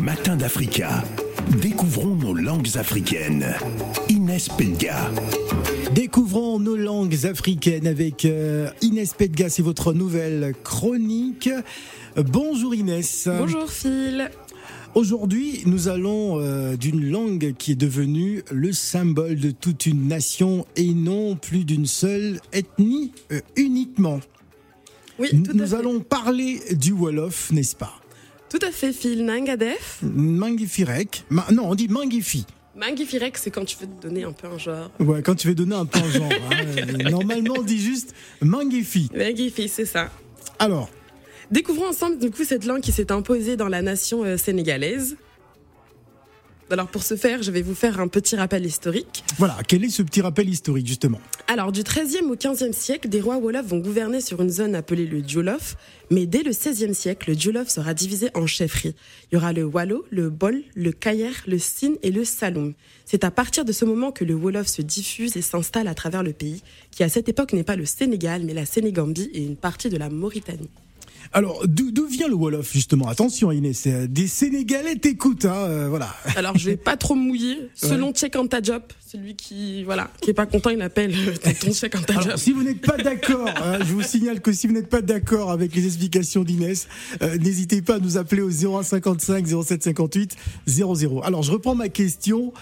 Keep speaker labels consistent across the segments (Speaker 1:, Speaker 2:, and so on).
Speaker 1: Matin d'Africa. Découvrons nos langues africaines. Inès Pedga.
Speaker 2: Découvrons nos langues africaines avec euh, Inès Pedga, c'est votre nouvelle chronique. Euh, Bonjour Inès.
Speaker 3: Bonjour Phil.
Speaker 2: Aujourd'hui, nous allons euh, d'une langue qui est devenue le symbole de toute une nation et non plus d'une seule ethnie euh, uniquement.
Speaker 3: Oui,
Speaker 2: N-
Speaker 3: tout à,
Speaker 2: Nous
Speaker 3: fait.
Speaker 2: allons parler du Wolof, n'est-ce pas
Speaker 3: tout à fait Phil. Nangadef.
Speaker 2: Mangifirek. Ma- non, on dit Mangifi.
Speaker 3: Mangifirek, c'est quand tu veux te donner un peu un genre.
Speaker 2: Ouais, quand tu veux donner un peu un genre. hein, euh, Normalement, on dit juste Mangifi.
Speaker 3: Mangifi, c'est ça.
Speaker 2: Alors,
Speaker 3: Découvrons ensemble du coup cette langue qui s'est imposée dans la nation euh, sénégalaise. Alors pour ce faire, je vais vous faire un petit rappel historique.
Speaker 2: voilà, quel est ce petit rappel historique justement
Speaker 3: Alors du 13e au 15e siècle, des rois Wolofs vont gouverner sur une zone appelée le Djolof, mais dès le 16e siècle, le Djolof sera divisé en chefferies. Il y aura le Wallo, le Bol, le Kayer, le Sine et le Saloum. C'est à partir de ce moment que le Wolof se diffuse et s'installe à travers le pays, qui à cette époque n'est pas le Sénégal, mais la Sénégambie et une partie de la Mauritanie.
Speaker 2: Alors, d'où d'où vient le Wolof, justement Attention, Inès, euh, des Sénégalais t'écoutent, hein, euh, voilà.
Speaker 3: Alors je vais pas trop me mouiller, selon Check Anta Job, celui qui voilà, qui est pas content, il appelle euh, tonton Check Anta Job.
Speaker 2: Alors, si vous n'êtes pas d'accord, hein, je vous signale que si vous n'êtes pas d'accord avec les explications d'Inès, euh, n'hésitez pas à nous appeler au 0155 0758 00. Alors, je reprends ma question.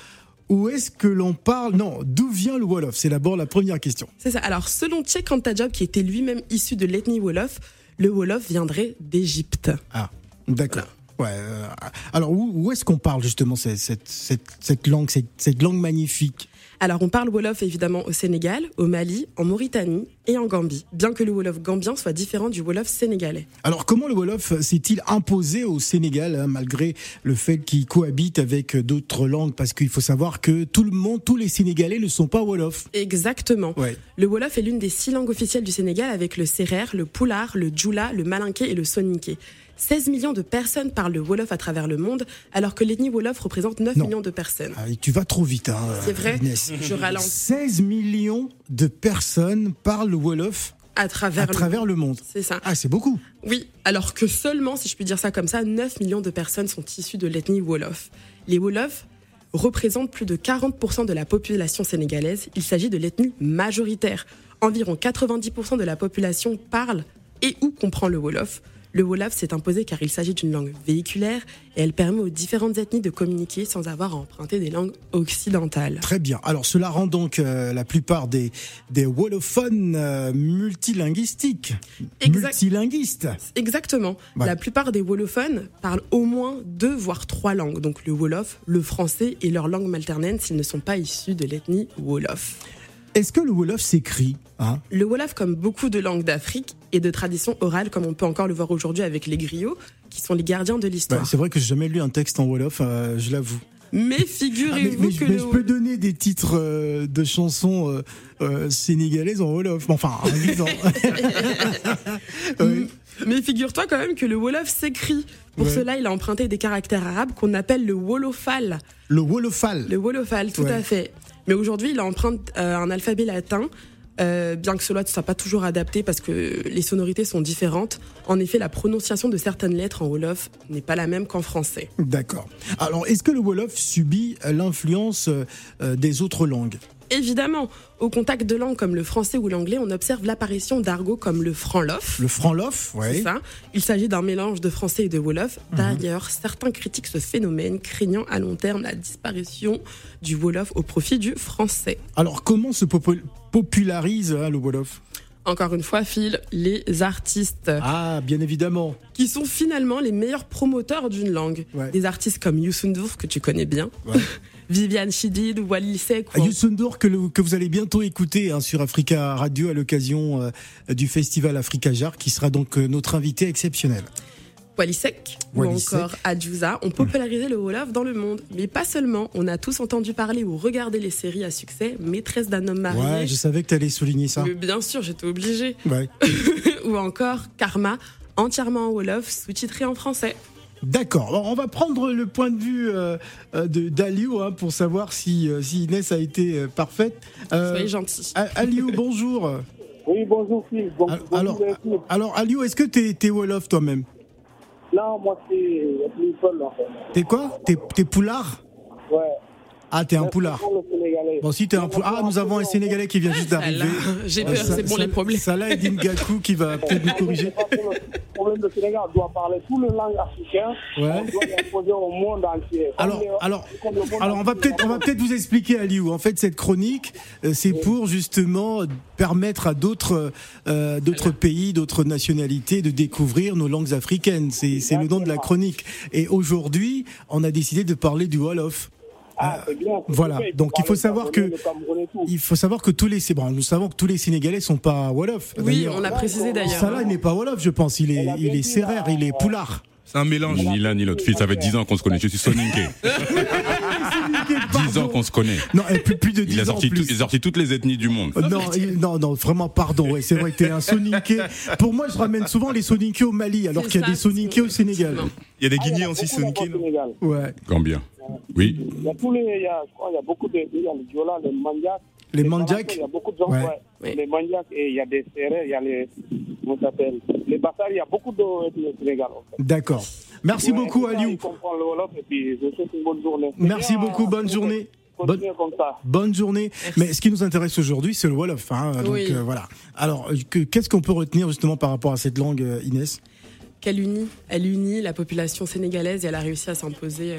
Speaker 2: Où est-ce que l'on parle Non, d'où vient le Wolof C'est d'abord la première question.
Speaker 3: C'est ça. Alors, selon Tchek Antajab, qui était lui-même issu de l'ethnie Wolof, le Wolof viendrait d'Égypte.
Speaker 2: Ah, d'accord. Ouais, euh, alors, où, où est-ce qu'on parle justement cette, cette, cette- cette langue, cette, cette langue magnifique
Speaker 3: Alors, on parle Wolof évidemment au Sénégal, au Mali, en Mauritanie et en Gambie, bien que le Wolof gambien soit différent du Wolof sénégalais.
Speaker 2: Alors comment le Wolof s'est-il imposé au Sénégal hein, malgré le fait qu'il cohabite avec d'autres langues Parce qu'il faut savoir que tout le monde, tous les Sénégalais ne sont pas Wolof.
Speaker 3: Exactement.
Speaker 2: Ouais.
Speaker 3: Le Wolof est l'une des six langues officielles du Sénégal avec le sérère, le poulard, le djoula, le malinqué et le soninké. 16 millions de personnes parlent le Wolof à travers le monde, alors que l'ethnie Wolof représente 9
Speaker 2: Non.
Speaker 3: millions de personnes.
Speaker 2: Ah, et tu vas trop vite, hein,
Speaker 3: C'est vrai
Speaker 2: Inès.
Speaker 3: Je ralentis
Speaker 2: 16 millions de personnes parlent le Wolof
Speaker 3: à
Speaker 2: à
Speaker 3: travers le
Speaker 2: travers
Speaker 3: monde.
Speaker 2: le monde.
Speaker 3: C'est ça.
Speaker 2: Ah, c'est beaucoup.
Speaker 3: Oui, alors que seulement, si je puis dire ça comme ça, 9 millions de personnes sont issues de l'ethnie Wolof. Les Wolofs représentent plus de 40% de la population sénégalaise. Il s'agit de l'ethnie majoritaire. Environ 90% de la population parle et ou comprend le Wolof. Le Wolof s'est imposé car il s'agit d'une langue véhiculaire et elle permet aux différentes ethnies de communiquer sans avoir à emprunter des langues occidentales.
Speaker 2: Très bien. Alors cela rend donc euh, la plupart des, des Wolophones euh, multilinguistiques.
Speaker 3: Exact.
Speaker 2: Multilinguistes.
Speaker 3: Exactement.
Speaker 2: Ouais.
Speaker 3: La plupart des wolophones parlent au moins deux voire trois langues, donc le wolof, le français et leur langue maternelle s'ils ne sont pas issus de l'ethnie wolof.
Speaker 2: Est-ce que le Wolof s'écrit hein
Speaker 3: Le wolof, comme beaucoup de langues d'Afrique, est de tradition orale, comme on peut encore le voir aujourd'hui avec les griots, qui sont les gardiens de
Speaker 2: Bah,
Speaker 3: l'histoire.
Speaker 2: C'est vrai que j'ai jamais lu un texte en Wolof, euh, je l'avoue.
Speaker 3: mais
Speaker 2: Ah, mais,
Speaker 3: figurez-vous
Speaker 2: mais je,
Speaker 3: que
Speaker 2: mais
Speaker 3: le-
Speaker 2: je peux donner des titres euh, de chansons euh, euh, sénégalaises en Wolof, enfin en lisant. Ouais.
Speaker 3: Mm, mais figure-toi quand même que le wolof s'écrit. Pour
Speaker 2: Ouais.
Speaker 3: cela, il a emprunté des caractères arabes qu'on appelle le wolofal.
Speaker 2: Le Wolofal.
Speaker 3: Le Wolofal, tout
Speaker 2: Ouais.
Speaker 3: à fait. Mais aujourd'hui, il emprunte euh, un alphabet latin, euh, bien que cela ne soit pas toujours adapté parce que les sonorités sont différentes. En effet, la prononciation de certaines lettres en Wolof n'est pas la même qu'en français.
Speaker 2: D'accord. Alors, est-ce que le Wolof subit euh, l'influence euh, euh, des autres langues
Speaker 3: Évidemment, au contact de langues comme le français ou l'anglais, on observe l'apparition d'argot comme le franlof.
Speaker 2: Le franlof,
Speaker 3: C'est
Speaker 2: ouais.
Speaker 3: ça. Il s'agit d'un mélange de français et de wolof.
Speaker 2: Mhm.
Speaker 3: D'ailleurs, certains critiquent ce phénomène, craignant à long terme la disparition du wolof au profit du français.
Speaker 2: Alors, comment se popu- popularise hein, le Wolof
Speaker 3: Encore une fois, Phil, les artistes.
Speaker 2: Ah, bien évidemment.
Speaker 3: qui sont finalement les meilleurs promoteurs d'une langue.
Speaker 2: Ouais.
Speaker 3: Des artistes comme Youssoundour, que tu connais bien,
Speaker 2: Ouais. Ah,
Speaker 3: Viviane Chidid ou Walil Sek. ou-
Speaker 2: Youssoundour, que, le- que vous allez bientôt écouter hein, sur Africa Radio à l'occasion euh, du festival Africa Jar, qui sera donc euh, notre invité exceptionnel.
Speaker 3: Wally Seck ou
Speaker 2: Wally Seck. Mm.
Speaker 3: encore Adjouza ont popularisé le Wolof dans le monde. Mais pas seulement, on a tous entendu parler ou regardé les séries à succès, Maîtresse d'un homme marié.
Speaker 2: Ouais, je savais que t'allais souligner ça.
Speaker 3: mais bien sûr, j'étais obligée.
Speaker 2: Ouais.
Speaker 3: ou encore Karma, entièrement en Wolof, sous-titré en français.
Speaker 2: D'accord. Alors, on va prendre le point de vue euh, euh, de d'Aliou hein, pour savoir si, euh, si Inès a été euh, parfaite. Euh,
Speaker 3: Soyez gentils.
Speaker 2: A- Aliou, bonjour.
Speaker 4: Oui, bonjour Phil. Bon,
Speaker 2: Al-
Speaker 4: bonjour
Speaker 2: Ah, Alors,
Speaker 4: merci.
Speaker 2: alors Aliou, est-ce que t'es es Wolof toi-même
Speaker 4: Non, moi, c'est une folle, en fait.
Speaker 2: T'es quoi T'es t'es poulard
Speaker 4: Ouais.
Speaker 2: Ah, t'es un poulard.
Speaker 4: Pour le Sénégalais.
Speaker 2: Bon, si t'es un poulard. Ah, nous avons un Sénégalais qui vient juste d'arriver.
Speaker 3: Salah. J'ai
Speaker 2: Ah,
Speaker 3: peur,
Speaker 2: Sa-
Speaker 3: c'est pour
Speaker 2: Sa-
Speaker 3: les problèmes.
Speaker 2: Salah Eddine Gakou qui va peut-être nous corriger.
Speaker 4: Pour le problème de Sénégal, on doit parler tout le langue africain.
Speaker 2: Ouais.
Speaker 4: On doit l'imposer au monde entier. Comme
Speaker 2: Alors,
Speaker 4: le-
Speaker 2: alors,
Speaker 4: comme le monde
Speaker 2: alors, on va
Speaker 4: entier.
Speaker 2: peut-être, on va peut-être vous expliquer, Aliou. En fait, cette chronique, euh, c'est pour justement permettre à d'autres, euh, d'autres pays, d'autres nationalités de découvrir nos langues africaines. C'est, c'est le nom de la chronique. Et aujourd'hui, on a décidé de parler du Wolof.
Speaker 4: Ah, c'est bien, c'est
Speaker 2: voilà.
Speaker 4: parfait.
Speaker 2: Donc, il faut
Speaker 4: Parler
Speaker 2: savoir que-
Speaker 4: le Cameroun et tout.
Speaker 2: Il faut savoir que tous les, c'est bon, nous savons que tous les Sénégalais sont pas Wolof.
Speaker 3: Oui,
Speaker 2: D'ailleurs,
Speaker 3: on l'a précisé d'ailleurs.
Speaker 2: Salah n'est pas Wolof, je pense. Il est,
Speaker 4: a bien
Speaker 2: il est
Speaker 4: dit,
Speaker 2: sérère,
Speaker 4: là.
Speaker 2: il est poulard.
Speaker 5: C'est un mélange.
Speaker 6: Ni l'un ni l'autre. Fils, ça fait 10 ans qu'on se connaît. Je suis soninké. 10 ans qu'on se connaît.
Speaker 2: Non, et plus, plus de 10
Speaker 6: Il a
Speaker 2: ans
Speaker 6: sorti,
Speaker 2: plus.
Speaker 6: tout- il a sorti toutes les ethnies du monde.
Speaker 2: Euh, Non, il- non, non, vraiment, pardon. Ouais, c'est vrai que t'es un soninké. Pour moi, je ramène souvent les soninké au Mali, alors
Speaker 3: C'est
Speaker 2: qu'il y a
Speaker 3: ça,
Speaker 2: des soninké au Sénégal.
Speaker 5: Il y a des
Speaker 4: Ah, il y a
Speaker 5: Guinéens aussi,
Speaker 4: beaucoup d'enfants
Speaker 5: Sonic.
Speaker 2: hein.
Speaker 4: au Sénégal.
Speaker 2: Ouais,
Speaker 6: Gambien. Oui.
Speaker 4: Il y a tous les, il y a, je crois, il y a beaucoup de, il y a les Diola, les Mandiacs.
Speaker 2: Les
Speaker 4: Mandiacs
Speaker 2: Mandjaks
Speaker 4: Il y a beaucoup de gens,
Speaker 2: Ouais.
Speaker 4: ouais.
Speaker 3: Oui.
Speaker 4: Les Mandiacs et il y a des serrés, il y a les, comment ça s'appelle, les Bassars, il y a beaucoup de, de Sénégal, en fait.
Speaker 2: d'accord. Merci
Speaker 4: Ouais,
Speaker 2: beaucoup,
Speaker 4: tout ça,
Speaker 2: Aliou.
Speaker 4: ils comprennent le Wolof et puis je vous souhaite une bonne journée.
Speaker 2: Merci
Speaker 4: Et bien,
Speaker 2: beaucoup, bonne
Speaker 4: continuez-
Speaker 2: journée.
Speaker 4: Continuez comme ça.
Speaker 2: Bonne journée. Mais ce qui nous intéresse aujourd'hui, c'est le Wolof. hein, donc
Speaker 3: Oui.
Speaker 2: euh, voilà. Alors, euh, que- qu'est-ce qu'on peut retenir justement par rapport à cette langue, euh, Inès
Speaker 3: Qu'elle unit, elle unit la population sénégalaise et elle a réussi à s'imposer euh,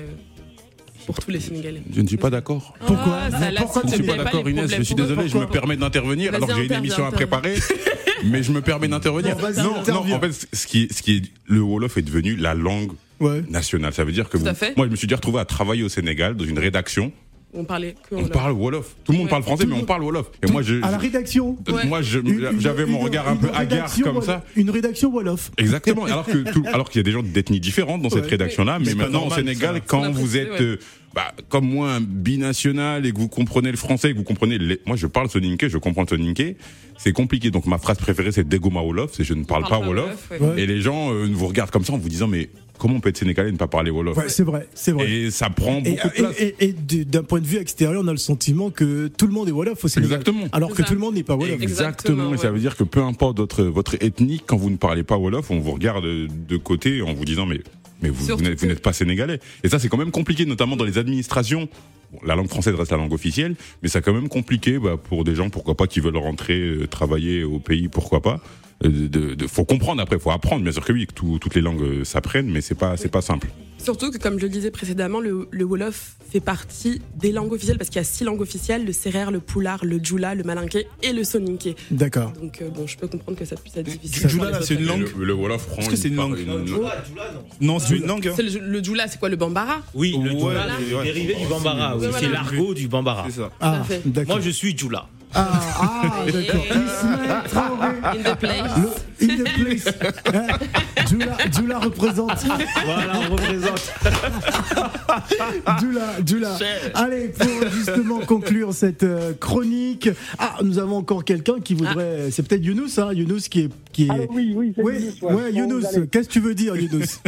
Speaker 3: pour tous les Sénégalais.
Speaker 6: Je ne suis pas d'accord.
Speaker 2: Pourquoi
Speaker 3: Ah,
Speaker 2: Mais
Speaker 3: Salah,
Speaker 2: pourquoi
Speaker 3: si
Speaker 6: Je
Speaker 2: tu
Speaker 6: ne suis
Speaker 2: n'es
Speaker 3: pas
Speaker 6: pas d'accord,
Speaker 3: les
Speaker 6: Inès. Je suis
Speaker 3: problèmes.
Speaker 6: désolé, je me
Speaker 3: Pourquoi
Speaker 6: permets d'intervenir
Speaker 3: Vas-y,
Speaker 6: alors que j'ai une
Speaker 3: interviens,
Speaker 6: émission à
Speaker 3: interviens.
Speaker 6: préparer. Mais je me permets d'intervenir.
Speaker 2: Bon, vas-y,
Speaker 6: Non, non,
Speaker 2: interviens.
Speaker 6: en fait, ce qui, est- ce qui est, le Wolof est devenu la langue
Speaker 2: Ouais.
Speaker 6: nationale. Ça veut dire que
Speaker 3: Tout à
Speaker 6: vous-
Speaker 3: fait.
Speaker 6: moi, je me suis déjà retrouvé à travailler au Sénégal dans une rédaction.
Speaker 3: On parlait que
Speaker 6: On
Speaker 3: Wolof.
Speaker 6: parle Wolof. Tout le monde
Speaker 3: Oh Ouais.
Speaker 6: parle français,
Speaker 2: Tout
Speaker 6: mais
Speaker 2: le-
Speaker 6: on parle Wolof. Et moi, je,
Speaker 2: À la rédaction.
Speaker 6: je-
Speaker 3: Ouais.
Speaker 6: moi, je-
Speaker 2: Une-
Speaker 6: j'avais mon
Speaker 2: une-
Speaker 6: regard un
Speaker 2: une
Speaker 6: peu hagard
Speaker 2: rédaction
Speaker 6: comme
Speaker 2: Wolof.
Speaker 6: ça.
Speaker 2: Une rédaction Wolof.
Speaker 6: Exactement. Alors que tout- alors qu'il y a des gens d'ethnies différentes dans cette
Speaker 2: Ouais.
Speaker 6: rédaction-là, mais
Speaker 5: C'est pas
Speaker 6: maintenant
Speaker 5: normal,
Speaker 6: au Sénégal,
Speaker 5: ça.
Speaker 3: On
Speaker 6: quand
Speaker 3: a
Speaker 6: vous
Speaker 3: précisé,
Speaker 6: êtes
Speaker 3: ouais.
Speaker 6: euh, bah, comme moi un binational et que vous comprenez le français, et que vous comprenez, les- moi je parle soninké, je comprends le soninké, c'est compliqué. Donc ma phrase préférée c'est Degoma Wolof, c'est je ne parle,
Speaker 3: parle
Speaker 6: pas
Speaker 3: pas
Speaker 6: Wolof.
Speaker 3: Wolof, ouais.
Speaker 6: Et les gens euh, vous regardent comme ça en vous disant mais comment on peut être sénégalais et ne pas parler Wolof
Speaker 2: Ouais, c'est vrai, c'est vrai.
Speaker 6: Et ça prend
Speaker 2: Et,
Speaker 6: beaucoup de
Speaker 2: et-
Speaker 6: place.
Speaker 2: et- et de- d'un point de vue extérieur, on a le sentiment que tout le monde est Wolof au Sénégal.
Speaker 6: Exactement.
Speaker 2: Alors que
Speaker 3: C'est ça.
Speaker 2: tout le monde n'est pas Wolof.
Speaker 3: Exact.
Speaker 6: Exactement,
Speaker 3: Exactement,
Speaker 6: et ça
Speaker 3: ouais.
Speaker 6: veut dire que peu importe votre, votre ethnie, quand vous ne parlez pas Wolof, on vous regarde de côté en vous disant mais, mais vous, vous
Speaker 3: Surtout
Speaker 6: n'êtes vous
Speaker 3: que-
Speaker 6: n'êtes pas sénégalais. Et ça c'est quand même compliqué, notamment dans les administrations. Bon, la langue française reste la langue officielle, mais c'est quand même compliqué bah, pour des gens, pourquoi pas, qui veulent rentrer euh, travailler au pays, pourquoi pas. Euh, De, de- faut comprendre après, faut apprendre, bien sûr que oui, que tout- toutes les langues euh, s'apprennent, mais c'est pas, c'est pas simple.
Speaker 3: Surtout que, comme je le disais précédemment, le, le Wolof fait partie des langues officielles parce qu'il y a six langues officielles le sérère, le poulard, le djoula, le malinké et le soninké.
Speaker 2: D'accord.
Speaker 3: Donc, euh, bon, je peux comprendre que ça puisse être difficile.
Speaker 5: Djoula, là, c'est une
Speaker 6: Et
Speaker 5: langue.
Speaker 6: Le, le Wolof prend
Speaker 5: Est-ce que c'est une
Speaker 6: part-
Speaker 5: langue Non, c'est une langue. hein.
Speaker 3: C'est le, le djoula, c'est quoi le bambara
Speaker 7: Oui, le
Speaker 5: Ouais,
Speaker 7: Djoula, le
Speaker 5: ouais.
Speaker 7: dérivé du Bambara. oui.
Speaker 3: voilà.
Speaker 7: C'est l'argot du Bambara.
Speaker 5: C'est ça.
Speaker 2: Ah,
Speaker 3: fait.
Speaker 2: d'accord.
Speaker 7: Moi, je suis Djoula.
Speaker 2: Ah, ah, d'accord. Ismaël Traoré.
Speaker 3: In the
Speaker 2: ah,
Speaker 3: place.
Speaker 2: Le, in the place. Hein, Djoula, Djoula représente.
Speaker 7: Voilà, on représente.
Speaker 2: Djoula, Djoula. Allez, pour justement conclure cette euh, chronique. Ah, nous avons encore quelqu'un qui voudrait.
Speaker 3: Ah.
Speaker 2: C'est peut-être Younous, hein. Younous qui est. Qui est...
Speaker 4: Ah oui, oui, c'est
Speaker 2: Oui,
Speaker 4: Younous, ouais.
Speaker 2: ouais,
Speaker 4: Comment vous
Speaker 2: Younous,
Speaker 4: allez
Speaker 2: qu'est-ce que tu veux dire, Younous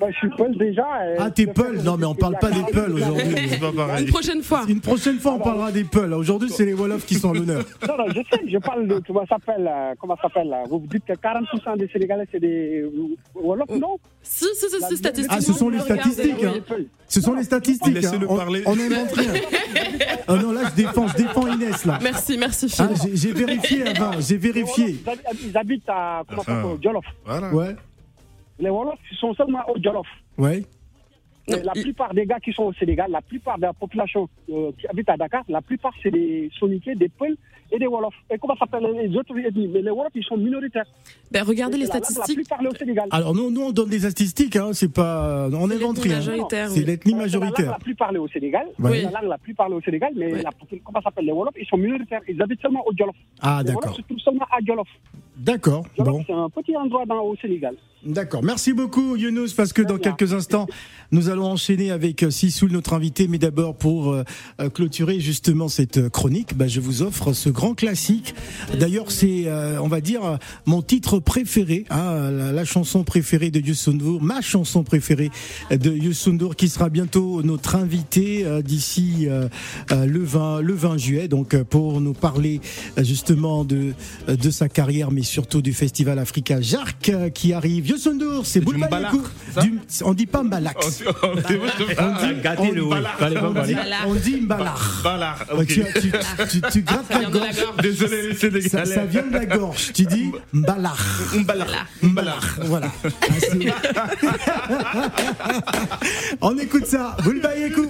Speaker 4: Bah, je suis Paul déjà. euh,
Speaker 2: Ah, t'es
Speaker 4: le fait
Speaker 2: Paul
Speaker 4: que
Speaker 2: Non,
Speaker 4: vous
Speaker 2: mais on
Speaker 4: dites
Speaker 2: parle pas
Speaker 4: qu'il y a
Speaker 2: des
Speaker 4: 40
Speaker 2: Peuls aujourd'hui.
Speaker 5: C'est pas
Speaker 3: Une
Speaker 5: pareil.
Speaker 3: prochaine fois.
Speaker 2: Une prochaine fois, on parlera des Peuls. Aujourd'hui, c'est les Wolofs qui sont à l'honneur.
Speaker 4: Non, non, je sais, je parle de comment ça s'appelle, euh, comment ça s'appelle. euh, Vous vous dites que 40% des Sénégalais, c'est des euh, Wolofs, non
Speaker 3: Si, si, si, si, statistiquement.
Speaker 2: Ah, ce sont les
Speaker 3: regardez,
Speaker 2: statistiques,
Speaker 3: oui.
Speaker 2: hein.
Speaker 4: Paul.
Speaker 2: Ce sont les statistiques.
Speaker 5: Laissez-le
Speaker 2: hein. On-
Speaker 5: parler.
Speaker 2: On ne montre rien. Ah non, là, je défends, je défends Inès, là.
Speaker 3: Merci, merci,
Speaker 2: Ah,
Speaker 3: Phil.
Speaker 2: j'ai- j'ai vérifié avant, j'ai
Speaker 4: Les
Speaker 2: vérifié.
Speaker 4: Wolofs, ils hab- Ils habitent à comment ça s'appelle, au Djolof.
Speaker 5: Voilà.
Speaker 2: Ouais,
Speaker 4: Les Wolofs, ils sont seulement au Djolof.
Speaker 2: ouais.
Speaker 3: Non,
Speaker 4: Et La
Speaker 3: il-
Speaker 4: plupart des gars qui sont au Sénégal, la plupart de la population euh, qui habite à Dakar, la plupart c'est des Soniqués, des Peuls et des Wolofs. Et comment ça s'appelle les autres ethnies Mais les Wolofs, ils sont minoritaires.
Speaker 3: Ben, regardez les
Speaker 4: C'est la langue La
Speaker 3: statistiques.
Speaker 4: plus parlée au Sénégal.
Speaker 2: Alors, nous, nous, on donne des statistiques, hein, c'est pas. On
Speaker 3: C'est
Speaker 2: invente
Speaker 3: l'ethnie
Speaker 2: rien.
Speaker 3: majoritaire,
Speaker 2: C'est
Speaker 3: oui.
Speaker 2: l'ethnie
Speaker 4: C'est la langue
Speaker 2: majoritaire.
Speaker 4: la plus parlée au Sénégal.
Speaker 2: Oui.
Speaker 4: C'est la langue la plus parlée au Sénégal, mais
Speaker 3: Oui.
Speaker 4: la, comment ça s'appelle les Wolofs Ils sont minoritaires. Ils habitent seulement au Djolof.
Speaker 2: Ah,
Speaker 4: les Wolofs
Speaker 2: d'accord.
Speaker 4: se trouvent seulement à Djolof.
Speaker 2: D'accord,
Speaker 4: Djolof,
Speaker 2: bon.
Speaker 4: c'est un petit endroit dans, au Sénégal.
Speaker 2: D'accord. Merci beaucoup, Younous, parce que dans
Speaker 4: bien.
Speaker 2: quelques instants, nous allons enchaîner avec euh, Sissoul, notre invité. Mais d'abord, pour euh, euh, clôturer justement cette euh, chronique, bah, je vous offre ce grand classique. D'ailleurs, c'est, euh, on va dire, euh, mon titre préféré, hein, la, la chanson préférée de Youssou ma chanson préférée de Youssou N'Dour, qui sera bientôt notre invité euh, d'ici euh, euh, le 20 le 20 juillet. Donc, euh, pour nous parler euh, justement de de sa carrière, mais surtout du Festival Africa Jarc euh, qui arrive.
Speaker 8: Yosundo, c'est
Speaker 2: du
Speaker 8: Boulba
Speaker 2: Mbalax,
Speaker 8: Yaku-
Speaker 2: ça
Speaker 8: du- On dit pas Mbalax.
Speaker 7: Ah, gâté le oui. Fallait pas parler.
Speaker 8: On dit Mbalach.
Speaker 2: Balard,
Speaker 8: Bah,
Speaker 2: ok.
Speaker 8: Tu, tu, tu- tu grattes la gorge.
Speaker 2: Désolé, les
Speaker 8: Ça, ça
Speaker 2: Sénégalais.
Speaker 8: vient de la gorge. Tu dis Mbalach.
Speaker 2: Mbalard, Mbalard.
Speaker 8: Voilà. Ah, c'est- On écoute ça. Vous le baillez coup.